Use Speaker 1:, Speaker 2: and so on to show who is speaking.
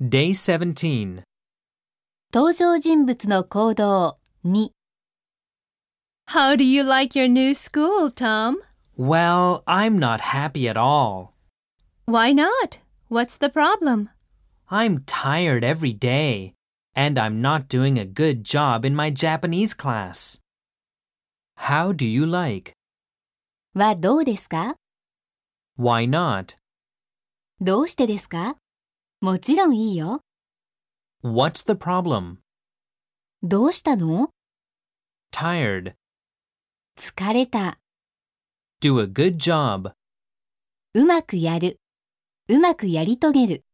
Speaker 1: Day 17.
Speaker 2: 登場人物の行動2 How do you like your new school, Tom?
Speaker 1: Well, I'm not happy at all.
Speaker 2: Why not? What's the problem?
Speaker 1: I'm tired every day, and I'm not doing a good job in my Japanese class. How do you like?
Speaker 2: はどうですか
Speaker 1: Why not?
Speaker 2: どうしてですかもちろんいいよ。
Speaker 1: What's the problem?
Speaker 2: どうしたの
Speaker 1: Tired.
Speaker 2: 疲れた。
Speaker 1: Do a good job.
Speaker 2: うまくやる。うまくやり遂げる。